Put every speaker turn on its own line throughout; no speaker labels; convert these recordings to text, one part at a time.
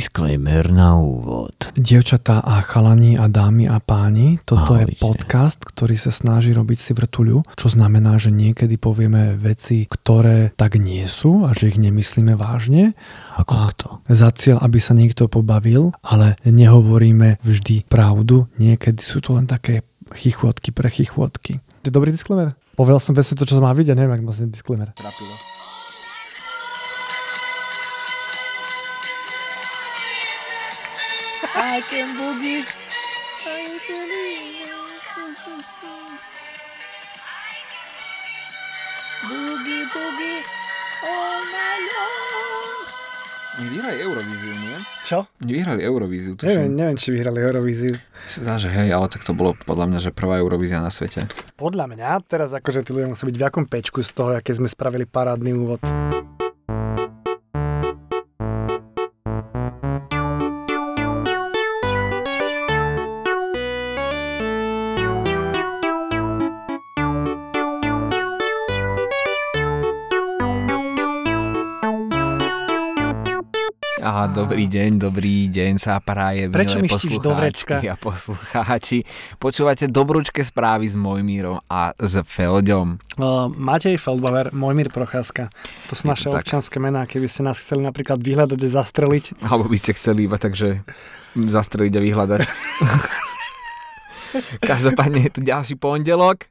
Disclaimer na úvod.
Dievčatá a chalani a dámy a páni, toto
Ahojte.
je podcast, ktorý sa snaží robiť si vrtuľu, čo znamená, že niekedy povieme veci, ktoré tak nie sú a že ich nemyslíme vážne.
Ako
A-
to?
Za cieľ, aby sa niekto pobavil, ale nehovoríme vždy pravdu. Niekedy sú to len také chichvotky pre chichvotky. To je dobrý disclaimer? Povedal som presne to, čo má vidieť, neviem, ak má znieť disclaimer.
I can boogie. I can boogie. Boogie, boogie. Oh, All night long.
Oni vyhrali Eurovíziu, nie?
Čo?
Oni vyhrali Eurovíziu,
Neviem,
tuším.
neviem, či vyhrali Eurovíziu.
Sa zdá, že hej, ale tak to bolo podľa mňa, že prvá Eurovízia na svete.
Podľa mňa teraz akože tí ľudia musia byť v jakom pečku z toho, aké sme spravili parádny úvod.
Á, dobrý deň, dobrý deň sa praje,
Prečo
milé
mi štíš do vrečka?
poslucháčky a poslucháči. Počúvate dobručké správy s Mojmírom a s Feldom.
Uh, Matej Feldbauer, Mojmír Procházka. To sú naše
tak.
občanské mená, keby ste nás chceli napríklad vyhľadať a zastreliť.
Alebo by ste chceli iba takže zastreliť a vyhľadať. Každopádne je tu ďalší pondelok.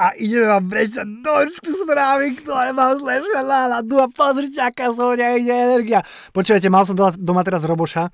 A ideme vám prečítať dočku správy, ktoré mám zlepšia náladu a pozrite, aká zo mňa ide energia. Počujete, mal som doma- doma teraz roboša,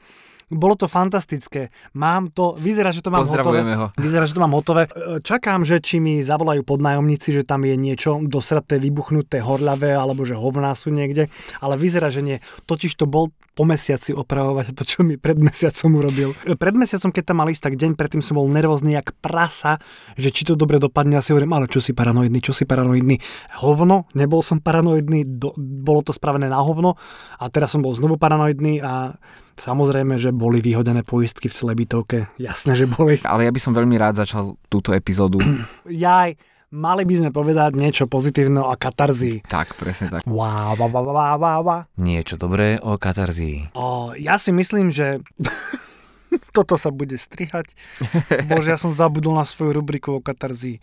bolo to fantastické. Mám to, vyzerá, že to mám hotové.
Pozdravujeme ho.
Vyzerá, že to mám hotové. E, Čakám, že či mi zavolajú podnájomníci, že tam je niečo dosraté, vybuchnuté, horľavé, alebo že hovná sú niekde. Ale vyzerá, že nie. Totiž to bol po mesiaci opravovať to, čo mi pred mesiacom urobil. E, Pred mesiacom, keď tam mal ísť, tak deň predtým som bol nervózny jak prasa, že či to dobre dopadne. Ja si hovorím, ale čo si paranoidný, čo si paranoidný. Hovno, nebol som paranoidný, do, bolo to spravené na hovno a teraz som bol znovu paranoidný a samozrejme, že boli vyhodené poistky v celej bytovke. Jasné, že boli.
Ale ja by som veľmi rád začal túto epizódu.
Jaj, mali by sme povedať niečo pozitívne o katarzii.
tak, presne tak.
Wow, wow, wow, wow, wow, wow.
Niečo dobré o katarzii.
O, ja si myslím, že toto sa bude strihať. Bože, ja som zabudol na svoju rubriku o katarzii.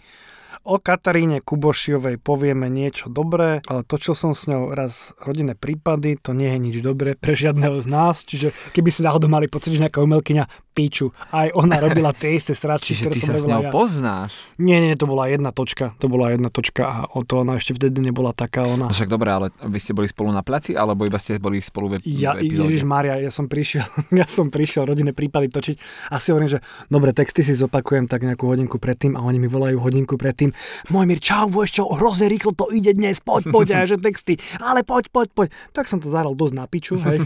O Kataríne Kubošiovej povieme niečo dobré, ale točil som s ňou raz rodinné prípady, to nie je nič dobré pre žiadneho z nás, čiže keby si náhodou mali pocit, že nejaká umelkyňa píču, aj ona robila tie isté sračky,
Čiže
ktoré
ty
som
sa s
robila
ňou
ja.
poznáš.
Nie, nie, to bola jedna točka. To bola jedna točka a o to ona ešte vtedy nebola taká ona.
No však dobré, ale vy ste boli spolu na placi, alebo iba ste boli spolu v, ep-
Ja,
v epizóde?
Ježiš Maria, ja som prišiel, ja som prišiel rodinné prípady točiť a si hovorím, že dobre, texty si zopakujem tak nejakú hodinku predtým a oni mi volajú hodinku predtým. Mojmír, čau, vieš čo, hrozne rýchlo to ide dnes, poď, poď, a ja, že texty, ale poď, poď, poď. Tak som to zahral dosť na piču, hej.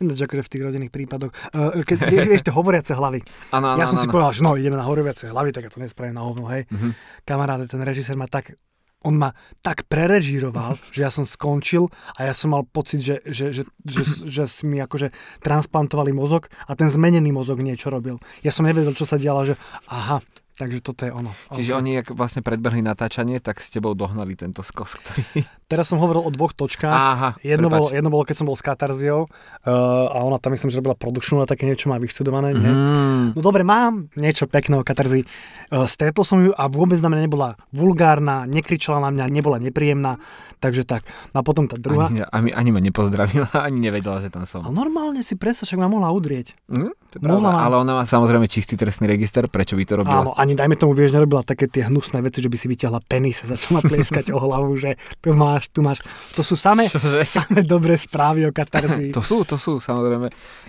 Ináč akože v tých rodinných prípadoch, eh, keď vieš, vieš tie hovoriace hlavy.
Áno, áno,
ja som
áno,
si
áno.
povedal, že no, ideme na horoviace hlavy, tak ja to nespravím na hovno, hej. Mm-hmm. Kamaráde, ten režisér ma tak on ma tak prerežíroval, že ja som skončil a ja som mal pocit, že, že, že, že, že si mi akože transplantovali mozog a ten zmenený mozog niečo robil. Ja som nevedel, čo sa dialo, že aha, takže toto je ono.
Čiže oni, ak vlastne predbehli natáčanie, tak s tebou dohnali tento skos, ktorý...
Teraz som hovoril o dvoch točkách.
Aha,
Jedno bolo,
prepáč.
jedno bolo, keď som bol s Katarziou eh, a ona tam myslím, že robila produkčnú a také niečo má vyštudované. Nie?
Mm,
No dobre, mám niečo pekné o katarzii. E, Stretol som ju a vôbec na mňa nebola vulgárna, nekričala na mňa, nebola nepríjemná, takže tak. No a potom tá druhá.
ani, ani, ani ma nepozdravila, ani nevedela, že tam
A
som.
normálne si predstav, však ma mohla udrieť.
Mm, to je
Mohla
pravda,
ma-
ale ona má samozrejme čistý trestný register, prečo by to robila?
Áno, No, ani dajme tomu, vieš, nerobila také tie hnusné veci, že by si vyťahla penis a začala plieskať o hlavu, že tu máš, tu máš. To sú samé,
Čože?
samé dobré správy o katarzii.
To sú, to sú, samozrejme.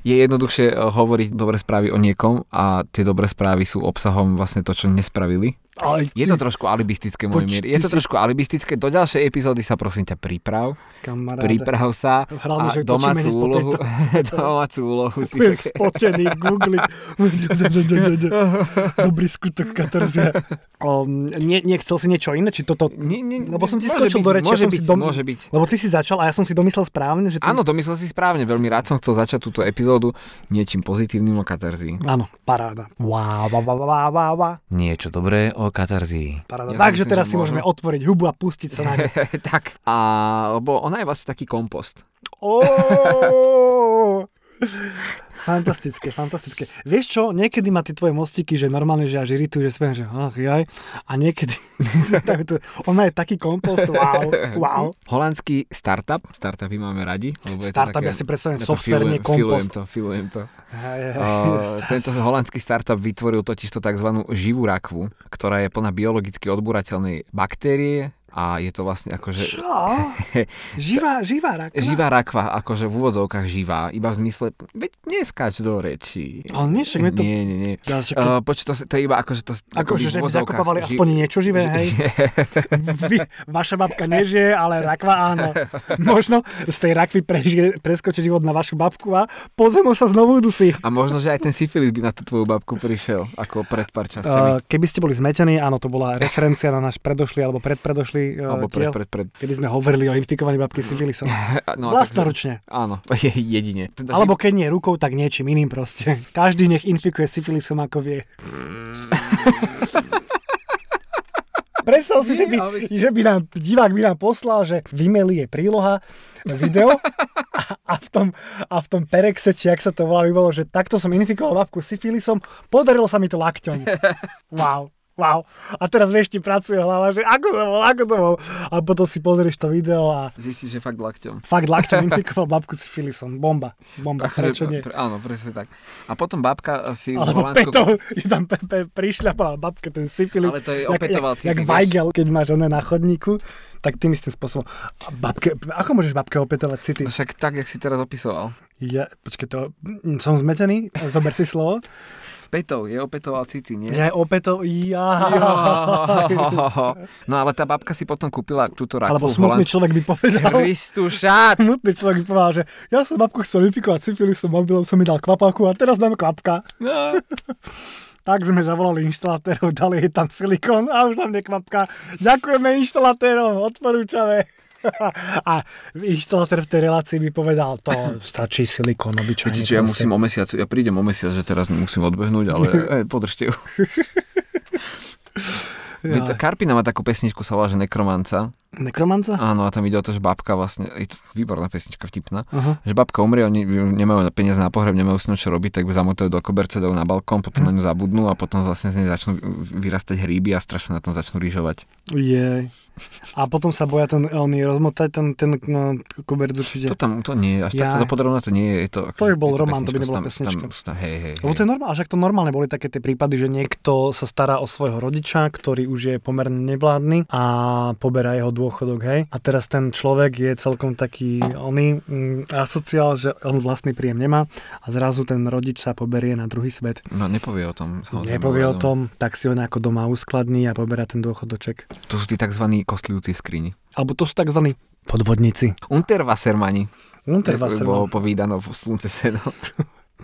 Je jednoduchšie eh, hovoriť dobré správy o niekom a tie dobré správy sú obsahom vlastne to, čo nespravili.
Ale
Je to trošku alibistické, môj
Poč-
mier.
ty
Je to
si-
trošku alibistické. Do ďalšej epizódy sa prosím ťa priprav.
kamaráde,
Priprav sa
Hlavne,
a
že točíme
domácu
hneď po
úlohu, domácu úlohu si
Budem spotený, googliť. Dobrý skutok katarzia. Um, nie, nie, chcel si niečo iné? Či toto...
Nie, nie,
lebo som ti
môže
skočil
byť,
do reči. ja
môže
som si
byť,
dom...
môže byť.
Lebo ty si začal a ja som si domyslel správne, že... Ty...
Áno, domyslel si správne, veľmi rád som chcel začať túto epizódu niečím pozitívnym o katarzii.
Áno, paráda. Wow, wow, wow, wow, wow, wow.
Niečo dobré o katarzii.
Paráda.
Ja si
Takže
myslím,
teraz
že
si môžeme
môžem.
otvoriť hubu a pustiť sa na ňu.
tak. A, lebo ona je vlastne taký kompost.
Ó,
Fantastické, fantastické. Vieš čo, niekedy ma tí tvoje mostiky, že normálne, že až iritujú, že spiem, že ach jaj. A niekedy, tak to, ona je taký kompost, wow, wow.
Holandský startup, startupy máme radi. Lebo je to
Startup,
také,
ja si predstavujem
ja to
softverne
filujem- Filujem
kompost.
to, filujem to.
Hej, hej,
Uh, tento holandský startup vytvoril totiž to tzv. živú rakvu, ktorá je plná biologicky odburateľnej baktérie a je to vlastne akože
Čo? Živá, živá rakva?
živá rakva, akože v úvodzovkách živá, iba v zmysle, veď neskáč do reči.
Ale nie, však mi to...
Nie, nie, nie.
Ja, však to-
Uh, poč, to, si- to je iba akože to... akoby v
Akože, že by
úvodzovkách
zakopávali
ži-
aspoň niečo živé,
ži-
hej? Vy, vaša babka nežije, ale rakva áno. Možno z tej rakvy prežije, preskočí život na vašu babku a po zemu sa znovu dusí.
A možno, že aj ten syfilis by na tú tvoju babku prišiel, ako pred pár časťami.
Uh, keby ste boli zmetení, áno, to bola referencia na náš predošlý alebo predpredošlý uh,
Alebo pred,
diel,
pred, pred.
kedy sme hovorili o infikovaní babky syfilisom.
No,
No, Vlastnoručne.
Takže, áno, je jedine. Teda
Alebo keď nie rukou, tak niečím iným proste. Každý nech infikuje syfilisom, ako vie. Predstav si, že by,
ale-
že by nám divák by nám poslal, že v e-maili je príloha, video a, a, v tom, a v tom perexe, či ak sa to volá, by bolo, že takto som infikoval babku syfilisom, podarilo sa mi to lakťom. Wow. Wow. A teraz vieš, ti pracuje hlava, že ako to bol, ako to bol. A potom si pozrieš to video a
Zistíš, že fakt lakťom.
fakt lakťom infikoval babku syfilisom. Bomba. Bomba. Prečo nie?
Pre- áno, presne tak. A potom babka eh, si v
Alebo
Holandsku...
Peto, je tam pe, pe, prišľapala babka ten syfilis.
Ale to je
Jak-
opetoval
Jak, jak
cyklus.
Weigel, keď máš oné na chodníku, tak tým istým spôsobom. A babke, ako môžeš babke opetovať city?
No však tak, jak si teraz opisoval.
Ja, počkej, to, mm, som zmetený, zober si slovo.
Petov je opetoval city, nie?
Ja je opeto, ja.
Jo. No ale tá babka si potom kúpila túto rakvu
Alebo
v
smutný
Holandsku.
človek by povedal.
Kristušat!
Smutný človek by povedal, že ja som babku chcel infikovať syfilisom, mobilom som mi dal kvapalku a teraz dám kvapka.
No.
Tak sme zavolali inštalatérov, dali jej tam silikón a už nám nekvapká. Ďakujeme inštalatérom, odporúčame. A inštalatér v tej relácii by povedal, to stačí silikón obyčajne.
Viete, čo, ja
proste.
musím o mesiac, ja prídem o mesiac, že teraz musím odbehnúť, ale e, podržte ju. Veď Karpina má takú pesničku, sa volá, že Nekromanca.
Nekromanca?
Áno, a tam ide o to, že babka vlastne, je to výborná pesnička, vtipná.
Aha.
Že babka umrie, oni nemajú na peniaze na pohreb, nemajú s ňou čo robiť, tak ju zamotajú do koberce, dajú na balkón, potom na ňu zabudnú a potom vlastne z nej začnú vyrastať hríby a strašne na tom začnú rýžovať.
Jej. A potom sa boja ten, oni rozmotať ten, ten no, koberc určite.
To tam, to nie je, až
Jaj.
takto podrobné to nie je. je to, akože,
by bol
je
román, to by
pesnička,
nebola
sú tam- sú tam- sú tam- Hej, hej,
Lebo
hej.
to je normálne, však to normálne boli také tie prípady, že niekto sa stará o svojho rodiča, ktorý už je pomerne nevládny a poberá jeho dôchodok, hej. A teraz ten človek je celkom taký oný mm, asociál, že on vlastný príjem nemá a zrazu ten rodič sa poberie na druhý svet.
No nepovie o tom. samozrejme,
Nepovie o
no.
tom, tak si ho nejako doma uskladní a poberá ten dôchodoček.
To sú tí tzv. kostlivci v skrini.
Alebo to sú tzv. podvodníci.
Unterwassermani.
Unterwasser,
Bolo
no.
povídano v slunce seno.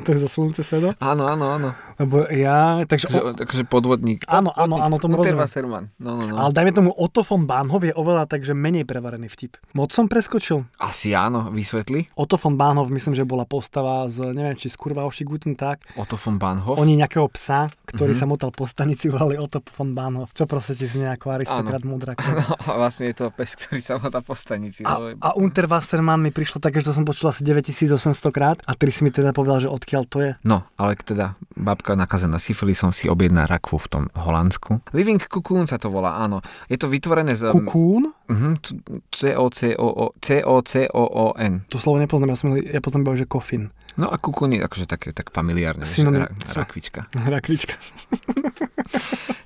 to je za slunce sedo.
Áno, áno, áno.
Lebo ja, takže
Takže,
o,
takže podvodník.
Áno, áno, áno, tomu rozumiem.
Unterwasserman. No, no, no.
ale dajme tomu Otto von Bahnhof je oveľa takže menej prevarený vtip. Moc som preskočil.
Asi áno, vysvetli.
Otto von Bahnhof, myslím, že bola postava z, neviem, či z Kurvauši Guten tak.
Otto von Bahnhof.
Oni nejakého psa, ktorý
Mhm.
sa motal po stanici, volali Otto von Bahnhof. Čo proste ti si ako aristokrat mudrak.
No, a vlastne je to pes, ktorý sa má po stanici.
A,
lebo je-
a Unterwassermann mi prišlo také, že to som počul asi 9800 krát a ty si mi teda povedal, že odkiaľ to je.
No, ale teda babka nakazená syfilisom si objedná rakvu v tom Holandsku. Living Cocoon sa to volá, áno. Je to vytvorené z...
Kukún?
Mhm, c- C-O-C-O-O- C-O-C-O-O-N.
To slovo nepoznám, ja, som, ja poznám iba, že kofin.
No a kukun je akože také tak familiárne, že
Synonym.
ra- rakvička.
Rakvička.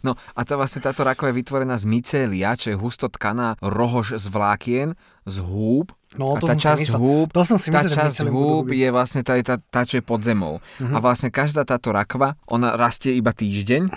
No a tá vlastne táto rakva je vytvorená z mycelia, čo je husto tkaná rohož z vlákien, z húb.
No,
a
to
tá
som
časť
si myslel.
húb,
To som si
tá
myslel, že
časť
mycelium budú
húb
robiť. Mhm.
je vlastne tá, tá, tá, čo je pod zemou. A vlastne každá táto rakva, ona rastie iba týždeň,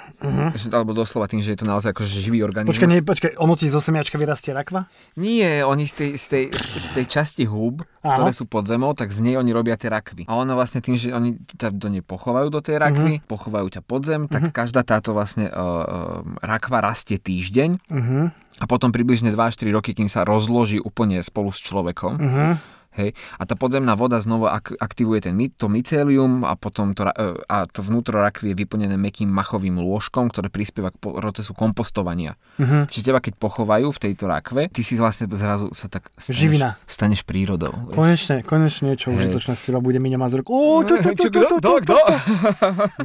že, alebo doslova tým, že je to naozaj akože živý organizmus.
Mhm. Počkaj, nie, počkaj, ono ti zo semiačka vyrastie rakva?
Nie, oni z tej, z tej, z z tej časti húb,
Áno.
ktoré sú pod zemou, tak z nej oni robia tie rakvy. A ono vlastne tým, že oni ťa do nej pochovajú do tej rakvy,
Mhm.
pochovajú ťa pod zem, tak každá táto vlastne uh, rakva rastie týždeň
Uh-huh,
a potom približne 2-4 roky, kým sa rozloží úplne spolu s človekom,
uh-huh.
Hej. A tá podzemná voda znova ak- aktivuje ten, my- to mycelium a potom to, ra- e, a to vnútro rakvy je vyplnené mekým machovým lôžkom, ktoré prispieva k po- procesu kompostovania.
Mhm.
Čiže teba keď pochovajú v tejto rakve, ty si vlastne zrazu sa tak staneš,
Živina.
staneš prírodou. vieš.
Konečne, konečne niečo
Hej.
užitočné z teba bude Miňo Mazurek. Ó, to, to,
Čo,
to, to,
kto? Kto?
to, to,
Kto?
to.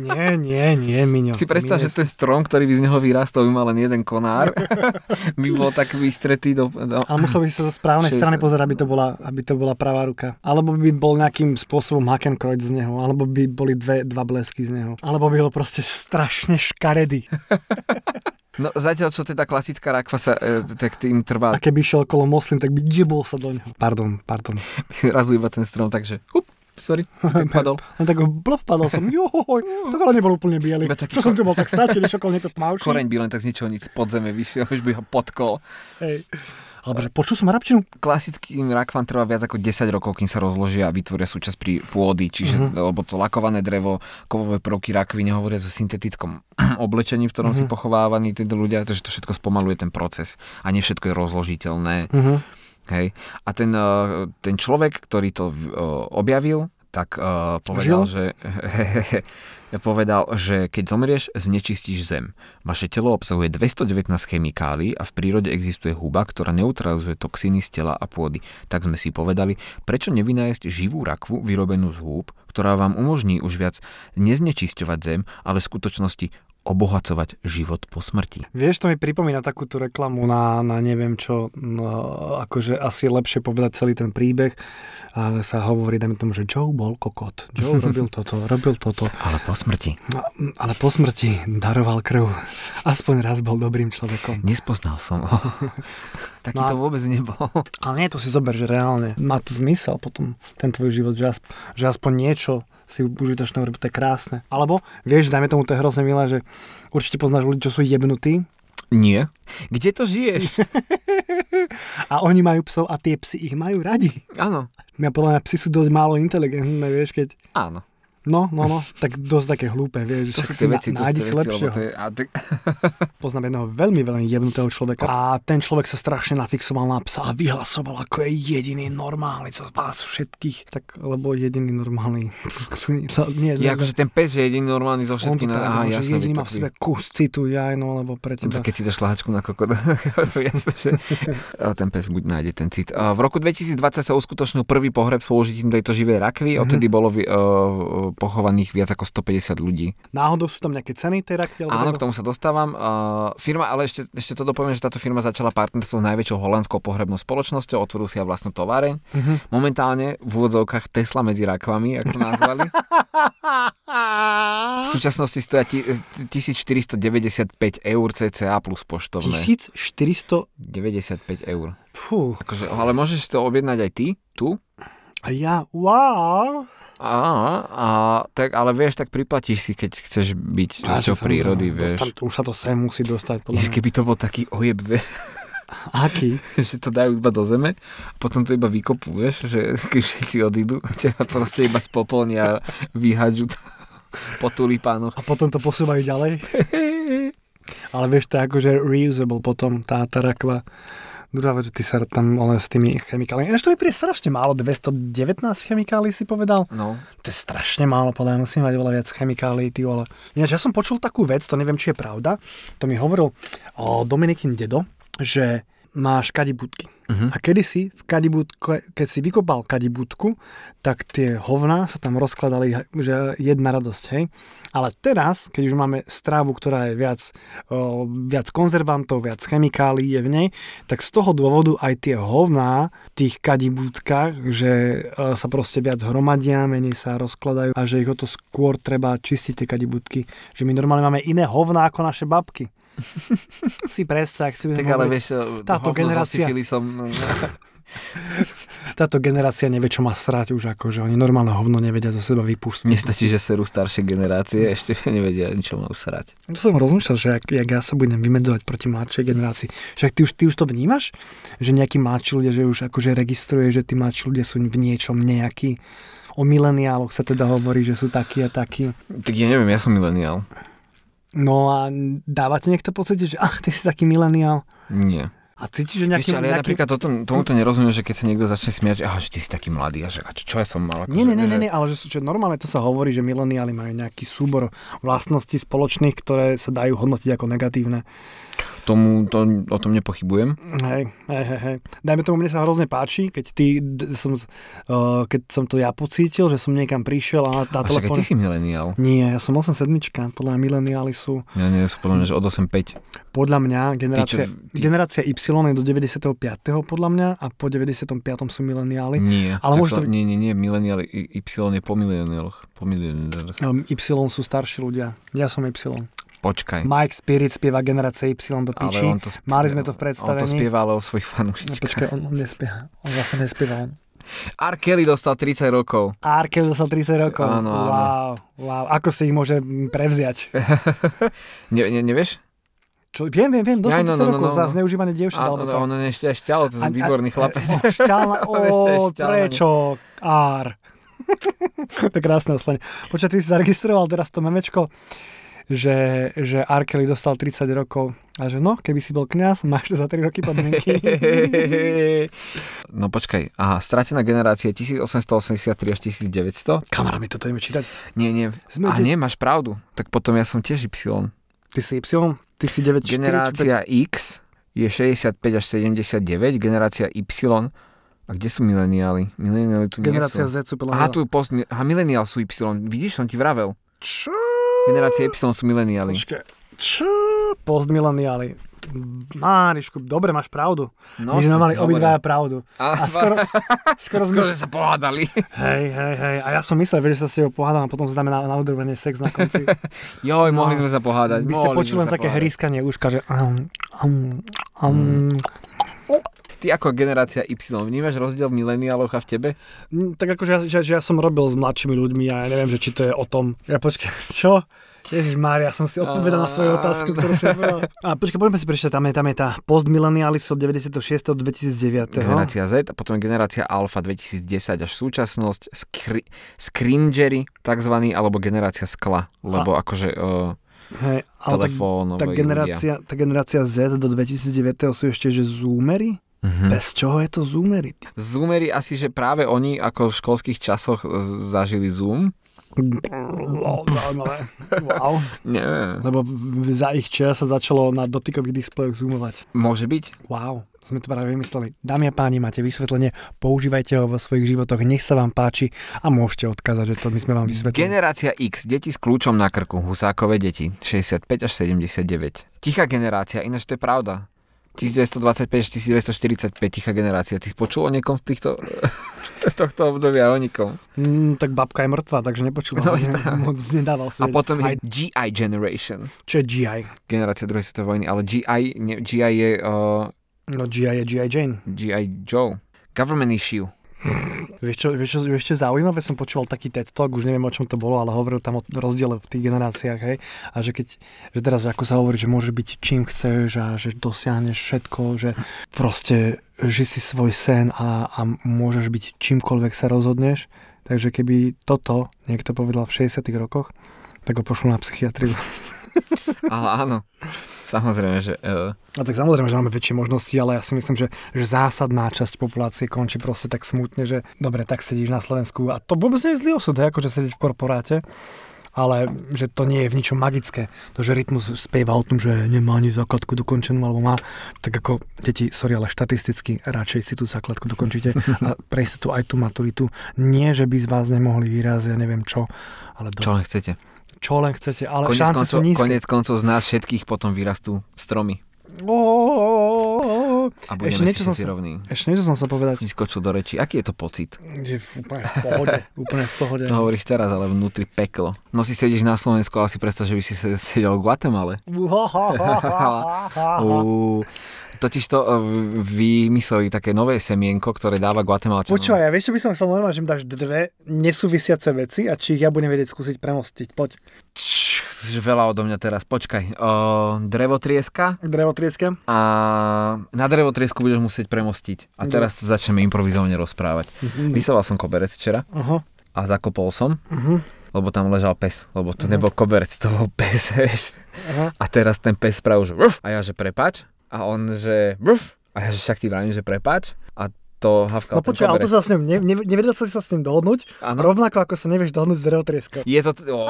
Nie, nie, nie, Miňo.
Si predstav,
Miňo,
že ten strom, ktorý by z neho vyrastol, by mal len jeden konár. by bol tak vystretý do... do...
Ale musel by si sa zo správnej
Šesť-
strany pozerať, aby to, bola, aby to bola pravá ruka. Alebo by bol nejakým spôsobom Hakenkreuz z neho, alebo by boli dve, dva blesky z neho. Alebo by bol proste strašne škaredý.
No zatiaľ, čo teda klasická rakva sa e, tak tým
A
trvá,
keby išiel okolo moslim, tak by debol sa do neho. Pardon, pardon.
razu iba ten strom, takže... Up, sorry, tak padol.
Len tak blop, padol som. Johoj, to ale nebol úplne biely.
Iba taký
Čo som tu bol tak stať, keď išiel okolo niekto tmavší?
Koreň by len tak z ničoho nič spod zeme vyšiel, už by ho potkol.
Hej. Alebo že počul som arabčinu?
Klasickým rakvám trvá viac ako 10 rokov, kým sa rozložia a vytvoria súčasť pri pôdy, čiže, mm-hmm. lebo to lakované drevo, kovové prvky rakvy, nehovoria o syntetickom oblečení, v ktorom mm-hmm. si pochovávaní títo ľudia, takže to všetko spomaluje ten proces a nie všetko je rozložiteľné.
Uh-huh.
Hej. A ten, eh, ten človek, ktorý to v- eh, objavil, tak eh, povedal,
Žil?
že povedal, že keď zomrieš, znečistíš zem. Vaše telo obsahuje 219 chemikálií a v prírode existuje huba, ktorá neutralizuje toxíny z tela a pôdy. Tak sme si povedali, prečo nevynájsť živú rakvu vyrobenú z húb, ktorá vám umožní už viac neznečisťovať zem, ale v skutočnosti obohacovať život po smrti.
Vieš, to mi pripomína takúto reklamu na, na neviem čo, no, akože asi je lepšie povedať celý ten príbeh, ale sa hovorí, dajme tomu, že Joe bol kokot. Joe robil toto, robil toto,
Ale po smrti
No, ale po smrti daroval krv. Aspoň raz bol dobrým človekom.
nespoznal som ho. Taký
No a-
to vôbec nebol.
Ale nie, to si zober, že reálne má to zmysel potom ten tvoj život, že, asp- že aspoň niečo si užitočné urobiť, to je krásne. Alebo, vieš, dajme tomu, to je hrozne milé, že určite poznáš ľudí, čo sú jebnutí
Nie. Kde to žiješ?
a oni majú psov a tie psy ich majú radi.
Áno.
Mňa podľa mňa psi sú dosť málo inteligentné, vieš, keď...
Áno.
No, no, no, tak dosť také hlúpe, vieš,
To sú
však
tie veci, to sú
nájdi
tie
si
veci, lebo
lepšieho.
to je... A ty,
Poznám jedného veľmi, veľmi jebnutého človeka a ten človek sa strašne nafixoval na psa a vyhlasoval, ako je jediný normálny, co z vás všetkých. Tak, lebo jediný normálny... no, nie,
je
nie,
akože ten pes je jediný normálny zo
on to
všetkých.
tak,
Á,
no, že
jasné,
jediný
veď
má
to
v sebe
pri-
kus citu, jaj, no, lebo pre
to,
teba...
keď si dáš šláhačku na kokot, jasné, že a ten pes buď nájde ten cit. A V roku 2020 sa uskutočnil prvý pohreb s použitím tejto živej
Mhm.
rakvy, odtedy bolo vy- eh, pochovaných viac ako 150 ľudí.
Náhodou sú tam nejaké ceny tej rakvy?
Áno, k tomu sa dostávam. Uh, firma, ale ešte, ešte to dopoviem, že táto firma začala partnerstvo s najväčšou holandskou pohrebnou spoločnosťou, otvoril si aj vlastnú továreň.
Mhm.
Uh-huh. Momentálne v úvodzovkách Tesla medzi rakvami, ako to nazvali. v súčasnosti stoja ti- 1495 eur CCA plus poštovné.
1400...
95 eur.
Fú,
Akože, ale môžeš to objednať aj ty, tu,
a ja, wow!
a, a, tak, ale vieš, tak priplatíš si, keď chceš byť
Áno,
časťou
samozrejme,
prírody, vieš.
Dostan, to, už sa to sem musí dostať, podľa
Ježiš,
mňa.
keby to bol taký ojeb, vieš.
Aký?
že to dajú iba do zeme, potom to iba vykopú, vieš, že keď všetci odídu, teba proste iba spopolnia a vyhadžu to po tulipánoch.
A potom to posúvajú ďalej? Ale vieš, to je akože reusable potom, tá, tá rakva. Druhá vec, že ty sa tam ale s tými chemikáliami. Ešte to je príde strašne málo, 219 chemikálií si povedal.
No,
To je strašne málo, podľa mňa musím mať oveľa viac chemikálií, ty vole. Ináč, ja som počul takú vec, to neviem, či je pravda, to mi hovoril o Dominikin dedo, že máš kadibudky.
Mhm.
Uh-huh. A kedysi, v kadibudke, keď si vykopal kadibudku, tak tie hovná sa tam rozkladali, že jedna radosť, hej. Ale teraz, keď už máme strávu, ktorá je viac, o, viac konzervantov, viac chemikálií je v nej, tak z toho dôvodu aj tie hovná v tých kadibúdkach, že e, sa proste viac hromadia, menej sa rozkladajú a že ich o to skôr treba čistiť tie kadibúdky. Že my normálne máme iné hovná ako naše babky. si predstav, ak si
tak
budem
ale
hovoriť.
vieš, eh,
Táto
hovno no,
generácia.
So syfilisom,
Táto generácia nevie, čo má srať už ako, že oni normálne hovno nevedia zo seba vypustiť.
nestačí, že serú staršie generácie, ešte nevedia ničom usrať.
To som rozmýšľal, že jak, jak ja sa budem vymedzovať proti mladšej generácii. Však ty už, ty už to vnímaš? Že nejakí mladší ľudia, že už akože registruje, že tí mladší ľudia sú v niečom nejakí. O mileniáloch sa teda hovorí, že sú takí a takí.
Tak ja neviem, ja som mileniál.
No a dáva ti niekto pocit, že ach, ty si taký mileniál?
Nie.
A cítiš, že nejaký...
Ešte, ale ja
nejaký...
napríklad toto, tomuto nerozumiem, že keď sa niekto začne smiať, že, aha, že ty si taký mladý, a že a čo ja som mal?
Nie,
akože,
nie, nie,
že-
nie, nie, ale že sú, čo normálne to sa hovorí, že mileniáli majú nejaký súbor vlastností spoločných, ktoré sa dajú hodnotiť ako negatívne.
Tomu, to, o tom nepochybujem.
Hej, hej, hej, hej. Dajme tomu, mne sa hrozne páči, keď, ty, d- som, z- eh, keď som to ja pocítil, že som niekam prišiel a
A
tá
však aj ty
telefón...
si mileniál.
Nie, ja som 87, podľa mňa mileniáli sú,
Ja nie, sú podľa mňa, že od 8-5.
podľa mňa, generácia,
čo- ty-
generácia Y je do 95. podľa mňa a po 95. sú mileniáli.
Nie,
Ale
tak
môže to
sa-
byť-
nie, nie, nie, mileniál, Y je po mileniáloch. Po mileniáloch.
Ehm, Y sú starší ľudia. Ja som Y.
Počkaj.
Mike Spirit spieva generácia Y do
Ale
piči.
on to spieva,
Mali sme to
On
v
to
predstavení.
spieva ale o svojich
No,
fanúšičkách.
počkaj, on, on nespieva. On zase nespieva. On.
R. Kelly dostal 30 rokov.
A R. Kelly dostal 30 rokov.
Áno, áno.
Wow, wow. Ako si ich môže mm, prevziať?
Ne, ne, nevieš?
Čo, viem, viem, viem.
Aj,
Dostal
no,
30
no, no,
rokov
no,
za
no.
zneužívanie dievčat.
A,
alebo to.
on je ešte aj šťalo, to je
A- a-
výborný chlapec.
o, Šťala,
On ešte no. je
o,
šťalený.
prečo? Ár. to je krásne oslenie. Počkaj, ty si zaregistroval teraz to memečko, že, že R. Kelly dostal 30 rokov a že no, keby si bol kňaz, máš to za 3 roky podmienky.
No počkaj, aha, stratená generácia 1883 až 1900?
Kamera, my toto ideme čítať.
Nie, nie.
Sme
A
de-
nie, máš pravdu. Tak potom ja som tiež Y.
Ty si Y, ty si 9, 4,
Generácia X je 65 až 79, generácia Y. A kde sú mileniáli? Mileniáli tu
Generácia
nie sú.
Z sú podľa
Aha,
mňa-
tu je post... Aha, mileniál sú Y. Vidíš, som ti vravel.
Čo?
Generácia Y sú mileniáli.
Počkaj. Čo? Postmileniáli. Márišku, dobre, máš pravdu.
No,
My sme
som
mali
ti
obidvaja pravdu.
hovoril.
A skoro, skoro sme...
Skoro sa pohádali.
Hej, hej, hej. A ja som myslel, vieš, že sa s tebou pohádam a potom zdáme na, na odrobenie sex na konci.
Joj,
No.
mohli sme sa pohádať.
By ste
mohli
počuli
sme
len
sa
také
pohádať. Mm.
hryskanie uška, že... Um, um, um.
Ty ako generácia Y, vnímaš rozdiel v mileniáloch a v tebe?
Mm, Tak akože ja, že, že ja som robil s mladšími ľuďmi a ja neviem, že či to je o tom. Ja počkaj, čo? Ježiš Mária, som si odpovedal na svoju
Á, no.
otázku, ktorú som povedal. A počkaj, poďme si prečítať, tam je, tam je tá postmilenialis od 96. do 2009.
Generácia Z a potom je generácia Alfa 2010 až súčasnosť, skri- scringery takzvaný, alebo generácia skla, lebo akože e, uh,
Hej, ale tak,
telefónové
tá, generácia, tá generácia Z do 2009. sú ešte, že zoomery?
Mhm.
Bez čoho je to zoomery? ty?
Zoomery asi, že práve oni ako v školských časoch e, zažili Zoom.
Zaujímavé. Wow.
Nie.
Lebo v- za ich čas sa začalo na dotykových displejoch zoomovať.
Môže byť?
Wow, sme to práve vymysleli. Dámy a páni, máte vysvetlenie, používajte ho vo svojich životoch, nech sa vám páči a môžete odkázať, že to my sme vám vysvetlili.
Generácia X, deti s kľúčom na krku, husákové deti, 65 až 79. Tichá generácia, ináč to je pravda. 1925 až 1945, tichá generácia. Ty si počul o niekom z týchto, z tohto obdobia, o nikom?
Mm, tak babka je mŕtva, takže
No,
nepočúval, ne,
práve.
moc
A
nedával svet.
potom
Aj,
je GI Generation,
čo je GI?
generácia druhej svetovej vojny, ale GI, nie, GI je uh,
No GI je GI Jane.
GI Joe. Government issue.
Vieš čo, vieš čo, vieš čo je zaujímavé, som počúval taký TED Talk, už neviem o čom to bolo, ale hovoril tam o rozdiele v tých generáciách, hej. A že keď, že teraz ako sa hovorí, že môže byť čím chceš a že dosiahneš všetko, že proste ži si svoj sen a, a môžeš byť čímkoľvek sa rozhodneš. Takže keby toto niekto povedal v 60 rokoch, tak ho pošlo na psychiatriu.
Ale áno, samozrejme, že uh,
A tak samozrejme, že máme väčšie možnosti, ale ja si myslím, že, že zásadná časť populácie končí proste tak smutne, že dobre, tak sedíš na Slovensku a to vôbec nie je zlý osud, hej, akože sedieť v korporáte, ale že to nie je v ničom magické. To, že rytmus spieva o tom, že nemá ani základku dokončenú, alebo má, tak ako deti, sorry, ale štatisticky radšej si tú základku dokončíte a prejste tu aj tú maturitu. Nie, že by z vás nemohli výraz, ja neviem čo, ale do,
čo
čo?
len chcete.
čo len chcete, ale
Konec
šance sú
koncov,
nízke.
konec koncov z nás všetkých potom vyrastú stromy
Ó,
a budeme
Ešte
si
niečo som
všetci
sa-
rovní.
Ešte niečo som sa povedať.
Som ti skočil do reči. Aký je to pocit?
Je v- úplne v pohode, úplne v pohode.
To hovoríš teraz, ale vnútri peklo. No si sedíš na Slovensku, ale si predstav, že by si se- sedel v Guatemale. Uú, totiž to e, vymysleli také nové semienko, ktoré dáva Guatemalčanom.
Počúvaj, ja vieš, čo by som chcel normálne, že mi dáš dve nesúvisiace veci a či ich ja budem vedieť skúsiť premostiť. Poď.
Čš, že veľa odo mňa teraz, počkaj. O, drevotrieska
Drevo trieskem.
a na drevotriesku budeš musieť premostiť.
Mhm.
A teraz začneme improvizovane rozprávať. Vysoval som koberec včera
Aha.
a zakopol som,
Mhm.
lebo tam ležal pes, lebo to nebol koberec, to bol pes, vieš.
Aha.
A teraz ten pes spravil, že vrf, a ja, že prepač. A on, že vrf, a A ja že však ti vravím, že prepač. A to hafkal
No
ten
počkaj, ale to
koberec.
sa s ňou, ne, ne, nevedel si sa s ním dohodnúť,
Áno.
rovnako ako sa nevieš dohodnúť s drevotrieskou.
Je to... T- Ó,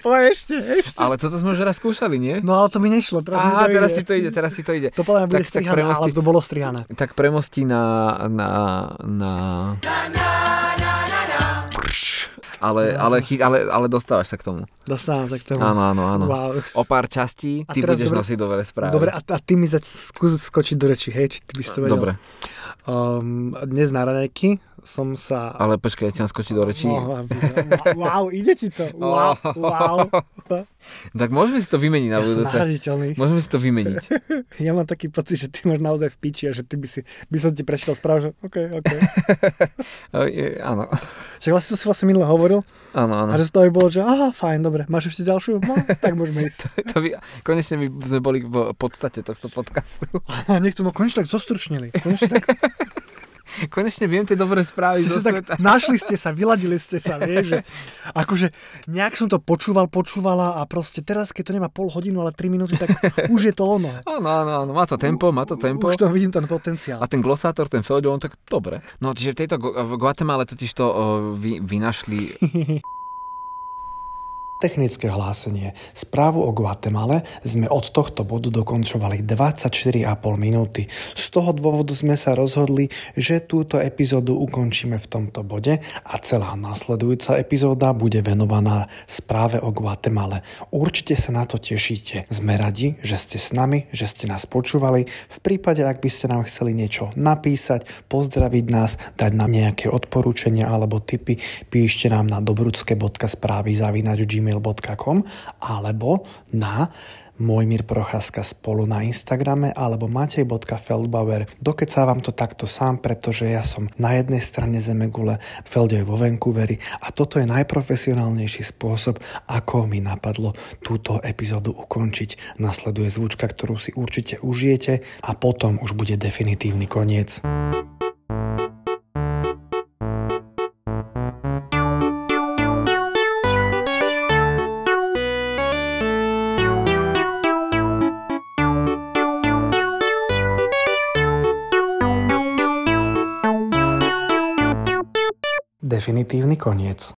Po ešte, ešte.
ale toto sme už raz skúšali, nie?
No ale to mi nešlo, teraz mi
Aha,
to
teraz
ide.
si to ide, teraz si to ide.
To podľa mňa bude
Tak- tak
strihané,
premosti-
ale to bolo strihané.
Tak premosti na... na, na... Ale, ale, chy- ale, ale dostávaš sa k tomu.
Dostávam sa k tomu.
Áno, áno, áno.
Wow.
O pár častí
A
ty
teraz
budeš
dobre-
nosiť dobré správy.
Dobre, a, a ty mi zač skús skočiť do reči, hej, či ty by si to vedel.
Dobre,
Um, dnes na ranejky som sa...
ale počkaj, ja ti skočiť do rečí.
Oh, wow, ide ti to.
Oh.
Wow, wow.
Tak môžeme si to vymeniť na
Ja som
budúce.
nahraditeľný.
Môžeme si to vymeniť.
Ja mám taký pocit, že ty máš naozaj v piči a že ty by si, by som ti prešiel správu, že OK, OK.
O, je- Áno,
Však vlastne to si vlastne minule hovoril
áno, áno.
a že z toho by bolo, že aha, fajn, dobre, máš ešte ďalšiu? No, tak môžeme ísť.
To by, konečne by sme boli v podstate tohto podcastu.
A niekto, no konečne tak zostručnili. Konečne tak,
Konečne viem tie dobré správy
ste
zo
sa tak,
sveta.
našli ste sa, vyladili ste sa, vieš, že akože nejak som to počúval, počúvala a proste teraz, keď to nemá pol hodinu, ale 3 minúty, tak už je to ono.
Áno, áno, áno, má to tempo, má to tempo.
Už to vidím ten potenciál.
A ten glosátor, ten Feldo, on tak dobre. No, čiže v tejto Gu- v Guatemala totiž to o, vy, vynašli...
Technické hlásenie. Správu o Guatemale sme od tohto bodu dokončovali 24,5 minúty. Z toho dôvodu sme sa rozhodli, že túto epizódu ukončíme v tomto bode a celá nasledujúca epizóda bude venovaná správe o Guatemale. Určite sa na to tešíte. Sme radi, že ste s nami, že ste nás počúvali. V prípade, ak by ste nám chceli niečo napísať, pozdraviť nás, dať nám nejaké odporúčania alebo tipy, píšte nám na dobrudské.správy zavinač gmail.com alebo na Mojmír Procházka spolu na Instagrame alebo matej.feldbauer. Dokecávam to takto sám, pretože ja som na jednej strane Zemegule, Feldo je vo Vancouveri a toto je najprofesionálnejší spôsob, ako mi napadlo túto epizódu ukončiť. Nasleduje zvučka, ktorú si určite užijete a potom už bude definitívny koniec. Definitívny koniec.